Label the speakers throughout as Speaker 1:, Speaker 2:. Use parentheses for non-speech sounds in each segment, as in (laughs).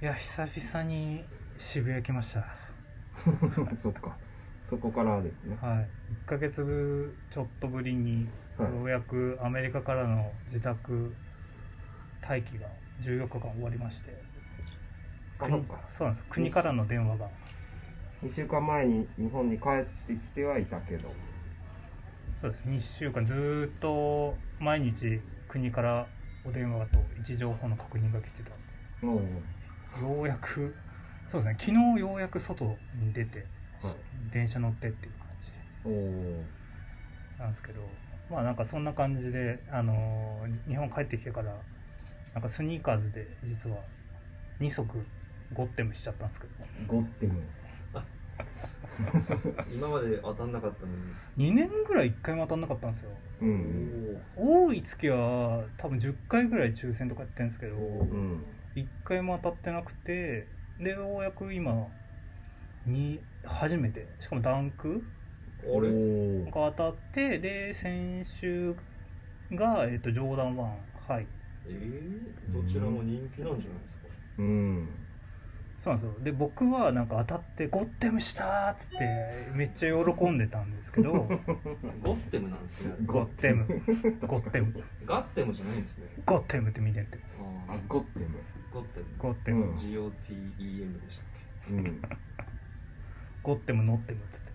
Speaker 1: いや久々に渋谷来ました
Speaker 2: (laughs) そっかそこからですね
Speaker 1: はい1ヶ月ぶちょっとぶりに
Speaker 2: はい
Speaker 1: ようやくアメリカからの自宅待機が14日間終わりまして
Speaker 2: あ
Speaker 1: 国
Speaker 2: そっか
Speaker 1: そうなんです国からの電話が
Speaker 2: 2週間前に日本に帰ってきてはいたけど
Speaker 1: そうです2週間ずーっと毎日国からお電話と位置情報の確認が来てた
Speaker 2: もう
Speaker 1: ようやくそうですね昨日ようやく外に出て、
Speaker 2: はい
Speaker 1: 電車乗ってっていう感じで
Speaker 2: おお
Speaker 1: なんですけどまあなんかそんな感じで、あのー日本帰ってきてからなんかスニーカーズで実は2足ゴッテムしちゃったんですけど
Speaker 2: ゴッテム
Speaker 3: 今まで当たんなかったのに、
Speaker 1: 2年ぐらい1回も当たんなかったんですよ
Speaker 2: うん
Speaker 1: 多い月は多分10回ぐらい抽選とかやってるんですけど
Speaker 2: うん
Speaker 1: 1回も当たってなくてでようやく今に初めてしかもダンク
Speaker 3: おおあれ
Speaker 2: お
Speaker 1: が当たってで先週が、えっとジョーダン1はい
Speaker 3: えー、どちらも人気なんじゃないですか
Speaker 2: うん
Speaker 1: そうなんですよで僕はなんか当たって「ゴッテムした!」っつってめっちゃ喜んでたんですけ
Speaker 2: (laughs)
Speaker 1: ど
Speaker 3: ゴッテムなんですね
Speaker 1: ゴッテムゴッテム
Speaker 3: ガッテムじゃないんですね
Speaker 1: ゴッテムって見てて
Speaker 3: あ
Speaker 2: あ
Speaker 3: ー
Speaker 2: ゴッテム
Speaker 3: ゴッテム
Speaker 1: ゴッテム、
Speaker 2: うん
Speaker 3: GOTEM でしたっ
Speaker 2: うん
Speaker 1: ゴッテムノッテムっつって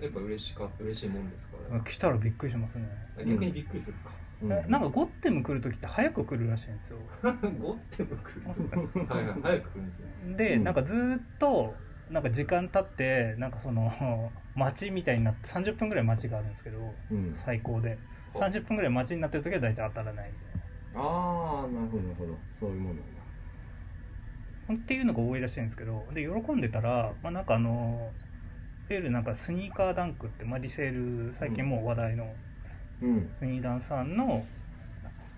Speaker 3: けやっぱ嬉しか嬉しいもんですから、
Speaker 1: ます来たらびっくりしますね、
Speaker 3: あ逆にびっくりするか、 (laughs)
Speaker 2: う
Speaker 1: えなんかゴッテム来る時って早く来るらしいんですよ
Speaker 3: ゴッテム来るとはいはい早く来るんですよ
Speaker 1: で、
Speaker 2: うん
Speaker 1: なんかずーっとなんか時間経ってなんかその街みたいになって30分ぐらい街があるんですけど
Speaker 2: うん
Speaker 1: 最高で30分ぐらい街になってる時は大体当たらないみたいな
Speaker 2: ああなるほどなるほどそういうものなんだ
Speaker 1: っていうのが多いらしいんですけどで喜んでたら、まあ、なんかあのいわゆるなんかスニーカーダンクって、まあ、リセール最近もう話題の
Speaker 2: うん
Speaker 1: スニーダンさんの、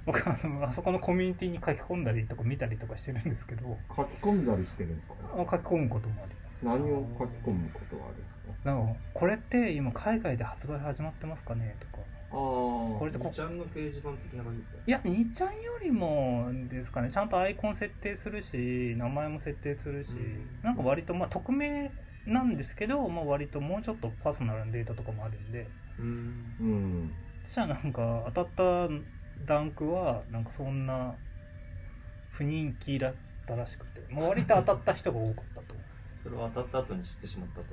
Speaker 1: 僕あのあそこのコミュニティに書き込んだりとか見たりとかしてるんですけど
Speaker 2: 書き込んだりしてるんですか
Speaker 1: あ書き込むこともあります
Speaker 2: 何を書き込むことがあるんですか
Speaker 1: なんかこれって今海外で発売始まってますかねとか
Speaker 2: ああ
Speaker 1: これってこ
Speaker 3: みちゃんの掲示板的な感じですか
Speaker 1: いや2ちゃんよりもですかねちゃんとアイコン設定するし名前も設定するし、
Speaker 3: うん
Speaker 1: なんか割とまあ匿名なんですけど、まあ、割ともうちょっとパーソナルなデータとかもあるんで
Speaker 3: うん
Speaker 2: うん
Speaker 1: じゃあなんか当たったダンクはなんかそんな不人気だったらしくて、まあ、割と当たった人が多かったと、
Speaker 3: それを当たった後に知ってしまったと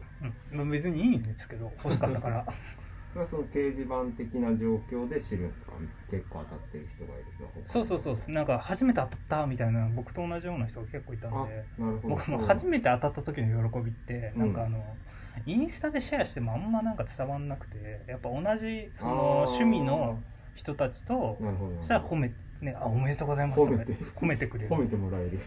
Speaker 1: うんまあ、別にいいんですけど欲しかったから
Speaker 2: それはその掲示板的な状況で知るんですか結構当たってる人がいるぞ
Speaker 1: (laughs) そうそうそうなんか初めて当たったみたいな僕と同じような人が結構いたので。
Speaker 2: なるほど
Speaker 1: 僕も初めて当たった時の喜びって、
Speaker 2: うん
Speaker 1: なんかあのインスタでシェアしてもあんまなんか伝わんなくてやっぱ同じその
Speaker 2: あー
Speaker 1: 趣味の人たちと
Speaker 2: なるほど
Speaker 1: そしたら褒めねあおめでとうございますと
Speaker 2: 褒
Speaker 1: か
Speaker 2: めて
Speaker 1: 褒めてくれる
Speaker 2: 褒めてもらえる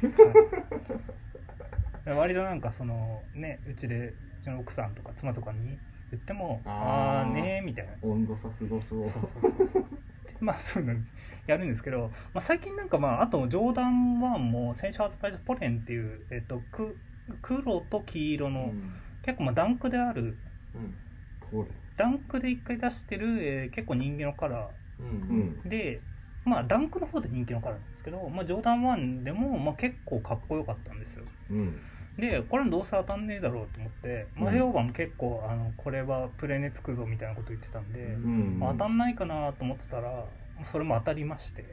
Speaker 1: はい割となんかそのねうちでうちの奥さんとか妻とかに言ってもあ
Speaker 2: あー
Speaker 1: あーねーみたいな
Speaker 2: 温度差すごそう
Speaker 1: そうそうそうそうでまあそういうのやるんですけど、まあ、最近なんかまああと「ジョーダン1」も先週発売した「ポレン」っていう、えっと、く黒と黄色
Speaker 3: う
Speaker 1: の、
Speaker 3: ん
Speaker 1: 結構まあダンクである
Speaker 3: うん
Speaker 2: これ
Speaker 1: ダンクで一回出してる、えー結構人気のカラ
Speaker 3: う
Speaker 2: うんん
Speaker 1: ーでまあダンクの方で人気のカラーなんですけど、まあ、ジョーダン1でも、まあ、結構かっこよかったんですよ
Speaker 2: うん
Speaker 1: でこれどうせ当たんねえだろうと思って
Speaker 2: うん
Speaker 1: 前評判も結構あのこれはプレネつくぞみたいなこと言ってたんで、
Speaker 3: うん
Speaker 2: うん
Speaker 1: まあ当たんないかなと思ってたらそれも当たりまして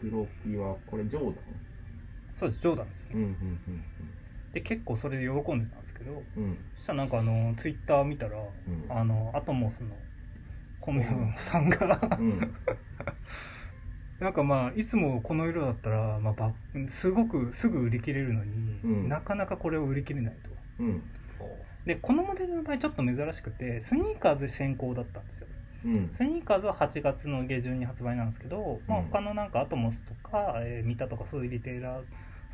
Speaker 2: 黒木はこれジョーダン
Speaker 1: そうですジョーダンです
Speaker 2: う
Speaker 1: ね、
Speaker 2: ん
Speaker 1: で結構それで喜んでたんですけど
Speaker 2: うんうんうん
Speaker 1: そしたらなんかあのツイッター見たら
Speaker 2: うん
Speaker 1: あのアトモスのコメさんが
Speaker 2: うん
Speaker 1: なんかまあいつもこの色だったら、まあ、ばすごくすぐ売り切れるのに、
Speaker 2: うん
Speaker 1: なかなかこれを売り切れないと
Speaker 2: うん
Speaker 1: でこのモデルの場合ちょっと珍しくてスニーカーズ先行だったんですよ
Speaker 2: うん
Speaker 1: スニーカーズは8月の下旬に発売なんですけど、まあ、
Speaker 2: うん
Speaker 1: 他のなんかアトモスとか、えーミタとかそういうリテイラー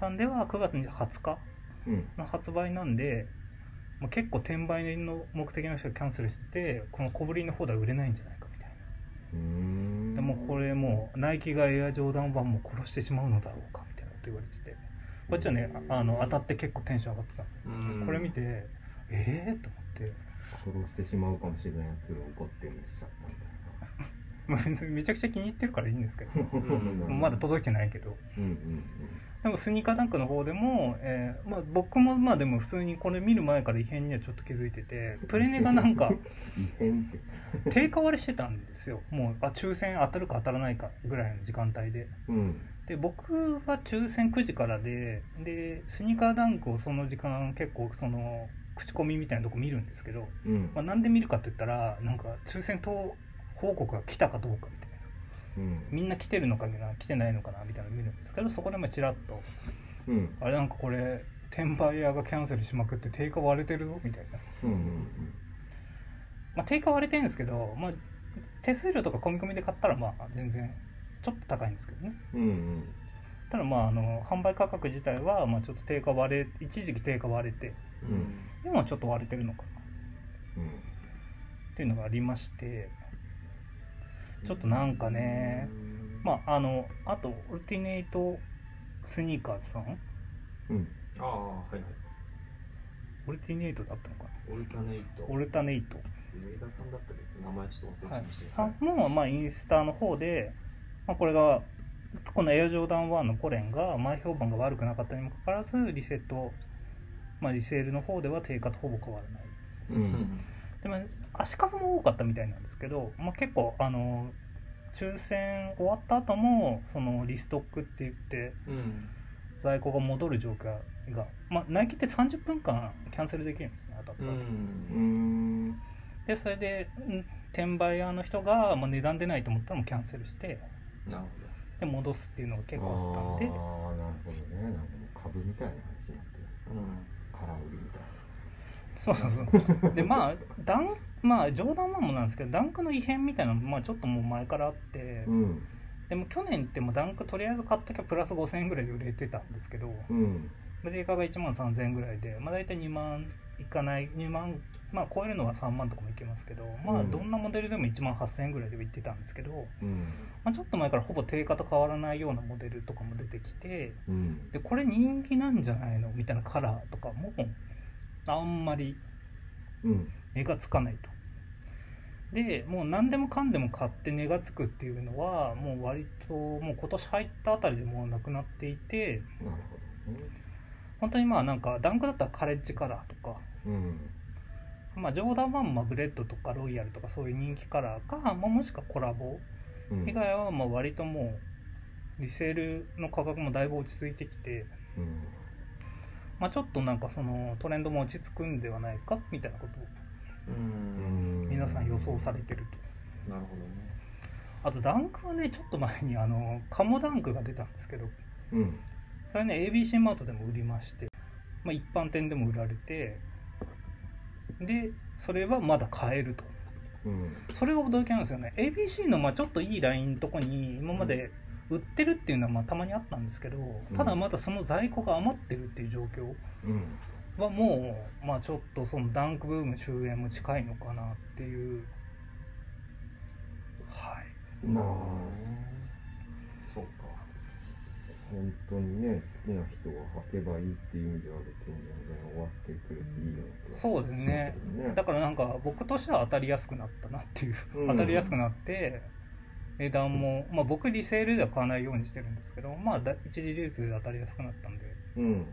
Speaker 1: さんでは9月20日
Speaker 2: うん
Speaker 1: の発売なんで、まあ、結構転売の目的の人がキャンセルしててこの小ぶりの方では売れないんじゃないかみたいな
Speaker 2: うん
Speaker 1: でもこれもうナイキがエアジョーダン版も殺してしまうのだろうかみたいなこと言われててこっちはねああの当たって結構テンション上がってたんで
Speaker 3: うん
Speaker 1: これ見てええー、と思って
Speaker 2: 殺してしまうかもしれないやつを怒ってるしちゃった (laughs)
Speaker 1: まあ別にめちゃくちゃ気に入ってるからいいんですけど
Speaker 2: みたいな
Speaker 1: まだ届いてないけど
Speaker 2: うんうん
Speaker 1: でもスニーカーダンクの方でも、えーまあ、僕もまあでも普通にこれ見る前から異変にはちょっと気づいててプレネがなんか
Speaker 2: 異変って。
Speaker 1: 定価割れしてたんですよもうあ抽選当たるか当たらないかぐらいの時間帯で
Speaker 2: うん。
Speaker 1: で僕は抽選9時からででスニーカーダンクをその時間結構その口コミみたいなとこ見るんですけど、
Speaker 2: うん。
Speaker 1: まあ、なんで見るかって言ったらなんか抽選と報告が来たかどうかみたいな
Speaker 2: うん。
Speaker 1: みんな来てるのかな来てないのかなみたいなの見るんですけどそこでもちらっと
Speaker 2: うん。
Speaker 1: あれなんかこれ転売屋がキャンセルしまくって定価割れてるぞみたいな、
Speaker 2: うん。
Speaker 1: まあ、定価割れてるんですけど、まあ、手数料とか込み込みで買ったらまあ全然ちょっと高いんですけどね
Speaker 2: うん。うん。
Speaker 1: ただまああの販売価格自体はまあちょっと定価割れ一時期定価割れて
Speaker 2: うん
Speaker 1: 今はちょっと割れてるのかな
Speaker 2: うん。
Speaker 1: っていうのがありましてちょっとなんかね
Speaker 3: あ
Speaker 1: まああのあとオルティネイトスニーカーズさん
Speaker 2: うん。
Speaker 3: ああはいはい
Speaker 1: オルティネイトだったのかな
Speaker 3: オルタネイト
Speaker 1: オルタネイト
Speaker 3: 上田さんだったっけ名前ちょっと忘
Speaker 1: は
Speaker 3: れ
Speaker 1: い
Speaker 3: ちゃいまし、た
Speaker 1: さんも、まあ、インスタの方で、まあ、これがこのエアジョーダン1のコレンが前評判が悪くなかったにもかかわらずリセット、まあ、リセールの方では定価とほぼ変わらない
Speaker 2: うん。
Speaker 3: う
Speaker 2: うん。
Speaker 3: ん
Speaker 1: で、まあ、足数も多かったみたいなんですけど、まあ、結構あの抽選終わった後もそのリストックって言って
Speaker 3: うん
Speaker 1: 在庫が戻る状況が、まあ、ナイキって30分間キャンセルできるんですね当たった
Speaker 3: う
Speaker 1: ら
Speaker 2: うんん。
Speaker 1: でそれでん転売屋の人が、まあ、値段出ないと思ったらもうキャンセルして
Speaker 3: なる
Speaker 1: で戻すっていうのが結構あったんで
Speaker 2: ああ、なるほどね。なんかもう株みたいな話になってる。
Speaker 3: ほどうん
Speaker 2: 空売りみたいな。
Speaker 1: そうそうそうでまあダンまあ冗談はもなんですけどダンクの異変みたいなのもまあちょっともう前からあって
Speaker 2: うん。
Speaker 1: でも去年ってもうダンクとりあえず買っときゃプラス5000円ぐらいで売れてたんですけど
Speaker 2: うん。
Speaker 1: 定価が1万3000円ぐらいで、まあ、大体2万いかない2万まあ超えるのは3万とかもいけますけどまあ
Speaker 2: うん
Speaker 1: どんなモデルでも1万8000円ぐらいで売ってたんですけど、
Speaker 2: うん。
Speaker 1: まあ、ちょっと前からほぼ定価と変わらないようなモデルとかも出てきて
Speaker 2: うん。
Speaker 1: でこれ人気なんじゃないのみたいなカラーとかもあんまり
Speaker 2: うん。
Speaker 1: 値がつかないとでもう何でもかんでも買って値がつくっていうのはもう割ともう今年入ったあたりでもうなくなっていて
Speaker 2: なるほどね。
Speaker 1: 本当にまあなんかダンクだったらカレッジカラーとか
Speaker 2: うん。
Speaker 1: まあジョーダン1もまあブレッドとかロイヤルとかそういう人気カラーか、まあ、もしくはコラボ
Speaker 2: うん。
Speaker 1: 以外はまあ割ともうリセールの価格もだいぶ落ち着いてきて、
Speaker 2: うん。
Speaker 1: まあ、ちょっとなんかそのトレンドも落ち着くんではないかみたいなことを
Speaker 3: う
Speaker 2: うんん。
Speaker 1: 皆さん予想されてると
Speaker 3: なるほどね
Speaker 1: あとダンクはねちょっと前にあのカモダンクが出たんですけど
Speaker 2: うん。
Speaker 1: それね ABC マートでも売りまして、まあ、一般店でも売られてでそれはまだ買えると
Speaker 2: うん。
Speaker 1: それが驚きなんですよね ABC のまあちょっといいラインのとこに今まで売ってるっていうのはまあたまにあったんですけどただまだその在庫が余ってるっていう状
Speaker 2: うん。
Speaker 1: 況はもう、まあ、ちょっとそのダンクブーム終焉も近いのかなっていうはい
Speaker 2: なあ、
Speaker 3: そうか
Speaker 2: 本当にね、好きな人が履けばいいっていう意味では別に全然終わってくれていいような気が
Speaker 1: そうですね
Speaker 2: しますけどね
Speaker 1: だからなんか僕としては当たりやすくなったなっていう、
Speaker 2: うん
Speaker 1: 当たりやすくなって値段も、まあ、僕リセールでは買わないようにしてるんですけどまあだ一時流通で当たりやすくなったんで
Speaker 2: うん。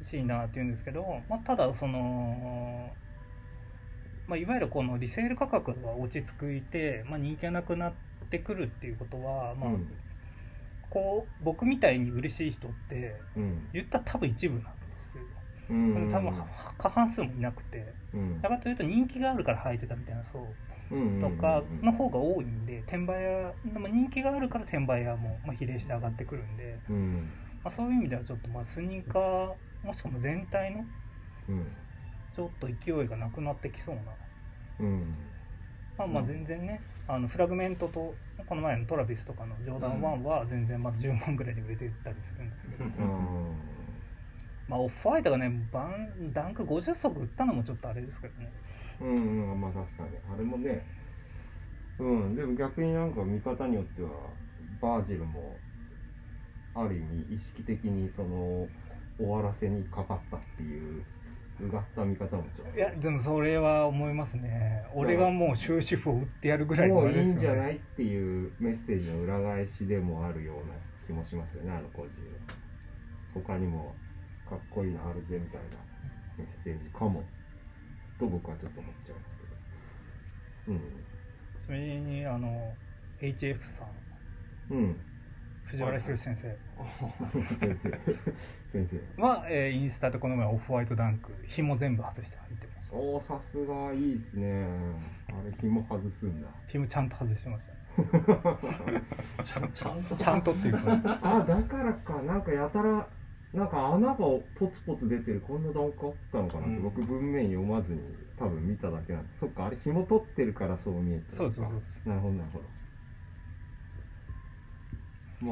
Speaker 1: 欲しいなっていうんですけど、まあ、ただその、まあ、いわゆるこのリセール価格が落ち着いて、まあ、人気がなくなってくるっていうことは、まあ
Speaker 2: うん
Speaker 1: こう僕みたいに嬉しい人って
Speaker 2: うん。
Speaker 1: 言ったら多分一部なんですよ
Speaker 2: うん。
Speaker 1: 多分は過半数もいなくて。
Speaker 2: うん
Speaker 1: だからというと人気があるから履いてたみたいな層
Speaker 2: うん。
Speaker 1: とかの方が多いんで転売屋でも人気があるから転売屋もまあ比例して上がってくるんで、
Speaker 2: うん。
Speaker 1: まあ、そういう意味ではちょっとまあスニーカーもしくは全体の
Speaker 2: うん。
Speaker 1: ちょっと勢いがなくなってきそうな
Speaker 2: うん。
Speaker 1: まあまあ
Speaker 2: うん
Speaker 1: 全然ねあのフラグメントとこの前のトラビスとかのジョーダン1は全然まあ10万ぐらいで売れてたりするんですけど、
Speaker 2: あ
Speaker 1: まあ、オフホワイトがねバンダンク50足売ったのもちょっとあれですけどね
Speaker 2: ーうん、うん、まあ確かに。あれもね、うん、でも逆になんか見方によっては、バージルも、ある意味意識的にその、終わらせにかかったっていう、うがった見方もちょっと。
Speaker 1: いやでもそれは思いますね俺がもう終止符を打ってやるぐらいの
Speaker 2: も
Speaker 1: あ
Speaker 2: うい
Speaker 1: れで
Speaker 2: い
Speaker 1: すよ
Speaker 2: んじゃ
Speaker 1: ね
Speaker 2: ないっていうメッセージの裏返しでもあるような気もしますよね、あの個人は。他にもかっこいいのあるぜみたいなメッセージかもと僕はちょっと思っちゃいますけど
Speaker 1: ちなみにあの HF さん
Speaker 2: うんうん (laughs)
Speaker 1: 藤原宏先生
Speaker 2: 先生先生
Speaker 1: は、えーインスタでこの前オフホワイトダンク紐全部外して入ってました
Speaker 2: おおさすがいいですねあれ紐外すんだ
Speaker 1: 紐ちゃんと外してまし
Speaker 3: ちゃんちゃんと
Speaker 1: たちゃんとっていうか
Speaker 2: あだからかなんかやたらなんか穴がポツポツ出てるこんな段階あったのかなって、
Speaker 3: うん
Speaker 2: 僕文面読まずに多分見ただけなんでそっかあれ紐取ってるからそう見えて
Speaker 1: (laughs)
Speaker 2: る
Speaker 1: そうそうそう
Speaker 2: なるほどなるほど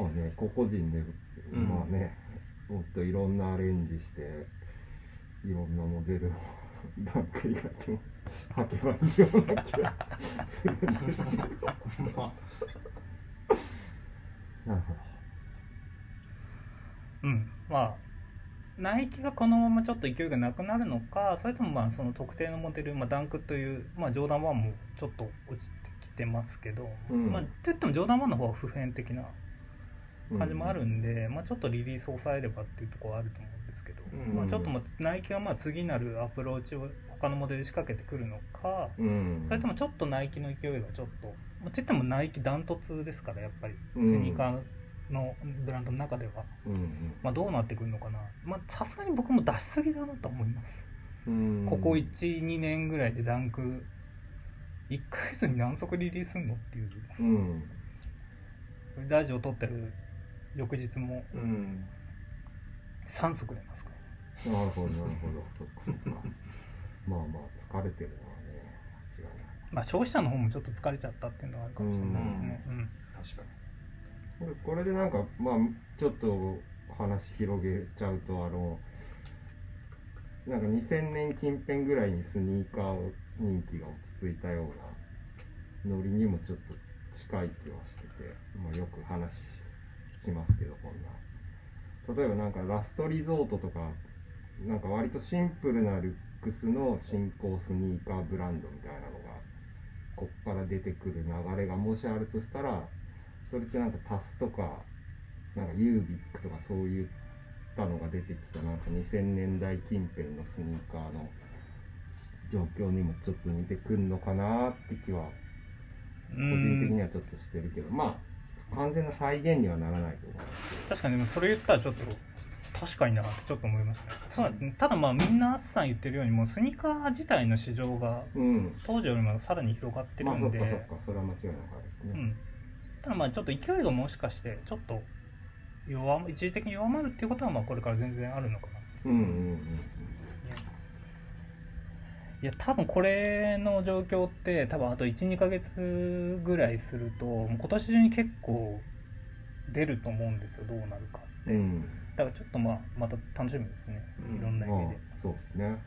Speaker 2: まあね個々人で、
Speaker 3: ん
Speaker 2: まあねもっといろんなアレンジしていろんなモデルを (laughs) ダンク以外でも履けばいいような気がするんですけどなる
Speaker 3: (laughs) ま
Speaker 2: ほど
Speaker 1: うんまあナイキがこのままちょっと勢いがなくなるのかそれともまあその特定のモデル、まあ、ダンクという、まあ、ジョーダン1もちょっと落ちてきてますけど、
Speaker 2: うん
Speaker 1: まあ、って言ってもジョーダン1の方は普遍的な
Speaker 2: う
Speaker 1: (laughs)
Speaker 2: ん
Speaker 1: 感じもあるんで、まあ、ちょっとリリースを抑えればっていうところはあると思うんですけど、
Speaker 3: うん
Speaker 1: まあ、ちょっとまあナイキがまあ次なるアプローチを他のモデルに仕掛けてくるのか
Speaker 2: うん
Speaker 1: それともちょっとナイキの勢いがちょっと、まあ、つってもナイキダントツですからやっぱりスニーカーのブランドの中では、
Speaker 2: うんうん
Speaker 1: まあ、どうなってくるのかなまあさすがに僕も出しすぎだなと思います、
Speaker 2: うん
Speaker 1: ここ12年ぐらいでダンク1ヶ月に何足リリースすんのっていう
Speaker 2: うん
Speaker 1: ラジオ撮ってる翌日も
Speaker 3: あうん
Speaker 1: 3足出ますから
Speaker 2: なるほどなるほどそっかそっかまあまあ疲れてるのはね間違いない
Speaker 1: まあ、消費者の方もちょっと疲れちゃったっていうのはあるかもしれないですね。うん
Speaker 3: 確か
Speaker 2: これこれでなんかまあちょっと話広げちゃうとあのなんか2000年近辺ぐらいにスニーカー人気が落ち着いたようなノリにもちょっと近い気はしてて、まあ、よく話しますけどこんな例えばなんかラストリゾートとかなんか割とシンプルなルックスの新興スニーカーブランドみたいなのがこっから出てくる流れがもしあるとしたらそれってなんかタスとかなんかユービックとかそういったのが出てきたなんか2000年代近辺のスニーカーの状況にもちょっと似てくんのかなって気は個人的にはちょっとしてるけどまあ完全な再現にはならないと思う
Speaker 1: 確かにでもそれ言ったらちょっと確かになってちょっと思いましたねそうなんですねただまあみんなアスさん言ってるようにもうスニーカー自体の市場が
Speaker 2: うん
Speaker 1: 当時よりもさらに広がって
Speaker 2: ま
Speaker 1: る
Speaker 2: あそ
Speaker 1: ん
Speaker 2: っ
Speaker 1: で、
Speaker 2: かそっかそれは間違いなかったです
Speaker 1: う
Speaker 2: ね、
Speaker 1: ん、ただまあちょっと勢いがもしかしてちょっと弱一時的に弱まるっていうことはまあこれから全然あるのかな
Speaker 2: うん、うんうん
Speaker 1: いや多分これの状況って多分あと12ヶ月ぐらいするともう今年中に結構出ると思うんですよどうなるかって、
Speaker 2: うんうん
Speaker 1: だからちょっとまあまた楽しみですね
Speaker 3: うん
Speaker 1: いろんな意
Speaker 2: まあ
Speaker 1: 味で、
Speaker 2: そうですね